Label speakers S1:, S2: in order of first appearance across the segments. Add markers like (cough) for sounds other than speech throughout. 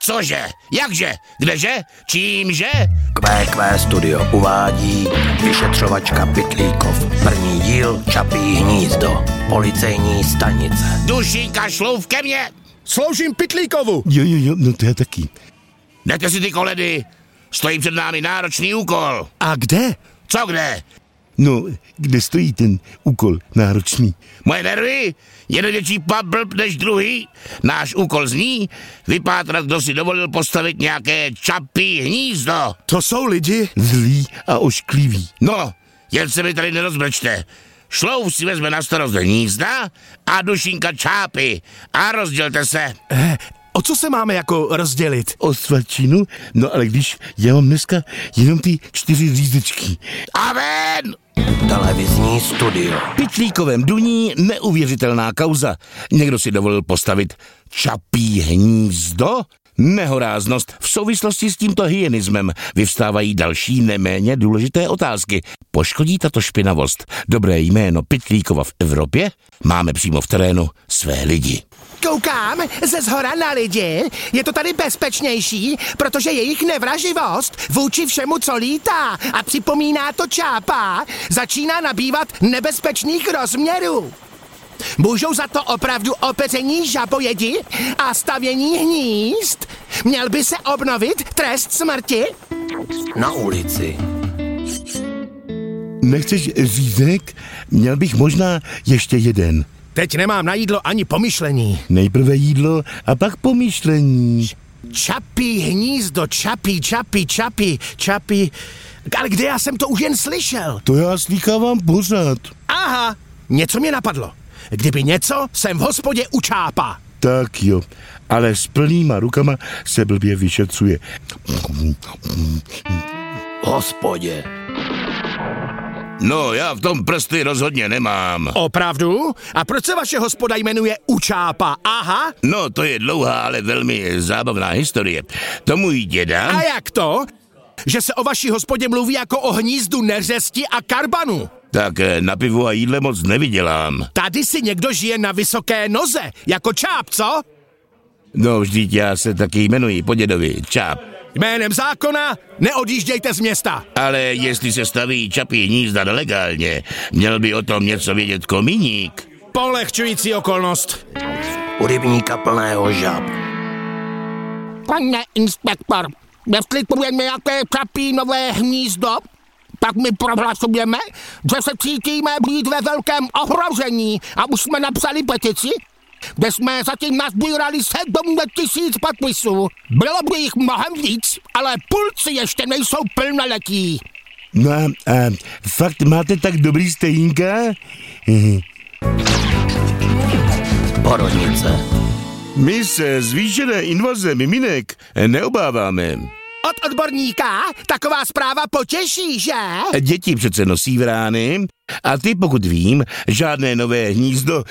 S1: Cože? Jakže? Kdeže? Čímže?
S2: QQ Studio uvádí vyšetřovačka Pitlíkov, první díl Čapí hnízdo, policejní stanice.
S1: Dušinka šlouf ke mně!
S3: Sloužím Pitlíkovu!
S4: Jo, jo, jo, no to je taky.
S1: Dejte si ty koledy! Stojí před námi náročný úkol!
S4: A kde?
S1: Co kde?
S4: No, kde stojí ten úkol náročný?
S1: Moje nervy? Jeden větší pub blb než druhý? Náš úkol zní vypátrat, kdo si dovolil postavit nějaké čapí hnízdo.
S3: To jsou lidi?
S4: Zlý a ošklivý.
S1: No, jen se mi tady nerozbrečte. Šlouf si vezme na starost hnízda a dušinka čápy. A rozdělte se.
S3: Eh, o co se máme jako rozdělit?
S4: O svačinu? No ale když já mám dneska jenom ty čtyři řízečky.
S1: A ven!
S2: Televizní studio.
S1: Pitlíkovém duní neuvěřitelná kauza. Někdo si dovolil postavit čapí hnízdo? Nehoráznost. V souvislosti s tímto hyenismem vyvstávají další neméně důležité otázky. Poškodí tato špinavost dobré jméno Pitlíkova v Evropě? Máme přímo v terénu své lidi.
S5: Koukám ze zhora na lidi. Je to tady bezpečnější, protože jejich nevraživost vůči všemu, co lítá a připomíná to čápa, začíná nabývat nebezpečných rozměrů. Můžou za to opravdu opecení žabojedi a stavění hnízd? Měl by se obnovit trest smrti?
S2: Na ulici.
S4: Nechceš řízek? Měl bych možná ještě jeden.
S3: Teď nemám na jídlo ani pomyšlení.
S4: Nejprve jídlo a pak pomyšlení.
S3: Čapí hnízdo, čapí, čapí, čapí, čapí. Ale kde já jsem to už jen slyšel?
S4: To já slýchávám pořád.
S3: Aha, něco mě napadlo. Kdyby něco, jsem v hospodě u čápa.
S4: Tak jo, ale s plnýma rukama se blbě vyšetřuje.
S2: Hospodě.
S1: No, já v tom prsty rozhodně nemám.
S3: Opravdu? A proč se vaše hospoda jmenuje u čápa? Aha,
S1: No, to je dlouhá, ale velmi zábavná historie. To můj děda...
S3: a jak to? Že se o vaší hospodě mluví jako o hnízdu neřesti a karbanu.
S1: Tak eh, na pivu a jídle moc nevydělám.
S3: Tady si někdo žije na vysoké noze, jako čáp, co?
S1: No, vždyť já se taky jmenuji po dědovi, Čáp.
S3: Jménem zákona neodjíždějte z města.
S1: Ale jestli se staví čapí hnízda nelegálně, měl by o tom něco vědět komíník.
S3: Polehčující okolnost.
S2: U rybníka plného žab.
S5: Pane inspektor, jestli budeme nějaké čapí nové hnízdo, tak my prohlasujeme, že se cítíme být ve velkém ohrožení a už jsme napsali petici, kde jsme zatím nazbírali 7 tisíc podpisů. Bylo by jich mnohem víc, ale pulci ještě nejsou plnoletí.
S4: No a, a fakt máte tak dobrý stejínka?
S2: Porodnice.
S4: My se zvýšené invaze miminek neobáváme.
S5: Od odborníka taková zpráva potěší, že?
S1: Eh, Děti přece nosí vrány a ty, pokud vím, žádné nové hnízdo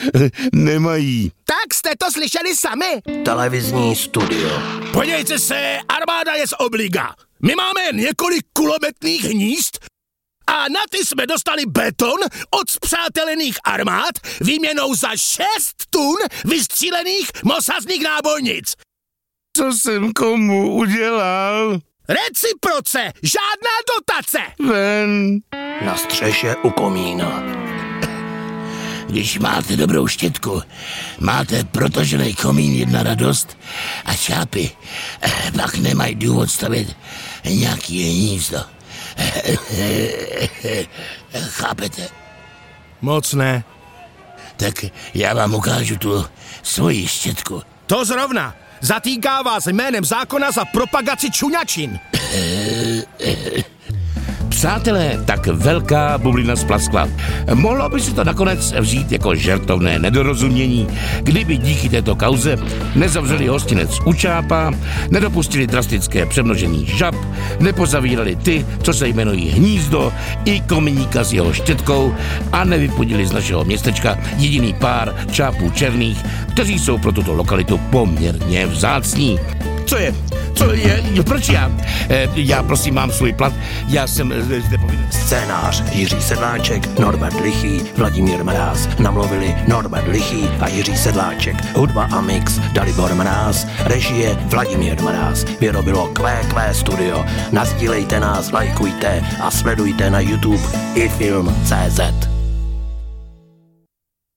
S1: nemají.
S5: Tak jste to slyšeli sami.
S2: Televizní studio.
S3: Podívejte se, armáda je z obliga. My máme jen několik kulometných hnízd a na ty jsme dostali beton od zpřátelených armád výměnou za 6 tun vystřílených mosazných nábojnic.
S4: Co jsem komu udělal?
S3: Reciproce, žádná dotace.
S4: Ven.
S2: Na střeše u komína.
S1: Když máte dobrou štětku, máte protožený komín jedna radost a čápy eh, pak nemají důvod stavět nějaký hnízdo. (laughs) Chápete?
S3: Moc ne.
S1: Tak já vám ukážu tu svoji štětku.
S3: To zrovna. Zatýká vás jménem zákona za propagaci čuňačin.
S1: Přátelé, tak velká bublina splaskla. Mohlo by se to nakonec vzít jako žertovné nedorozumění, kdyby díky této kauze nezavřeli hostinec u Čápa, nedopustili drastické přemnožení žab, nepozavírali ty, co se jmenují Hnízdo, i kominíka s jeho štětkou a nevypudili z našeho městečka jediný pár čápů černých, kteří jsou pro tuto lokalitu poměrně vzácní. Co je? Co je? Proč já? Eh, Já prosím mám svůj plat, já jsem eh, zde povinen.
S2: Scénář Jiří Sedláček, Norbert Lichý, Vladimír Mráz. Namluvili Norbert Lichý a Jiří Sedláček. Hudba a mix Dalibor Mráz. Režie Vladimír Mráz. Vyrobilo QQ Studio. Nazdílejte nás, lajkujte a sledujte na YouTube i film CZ.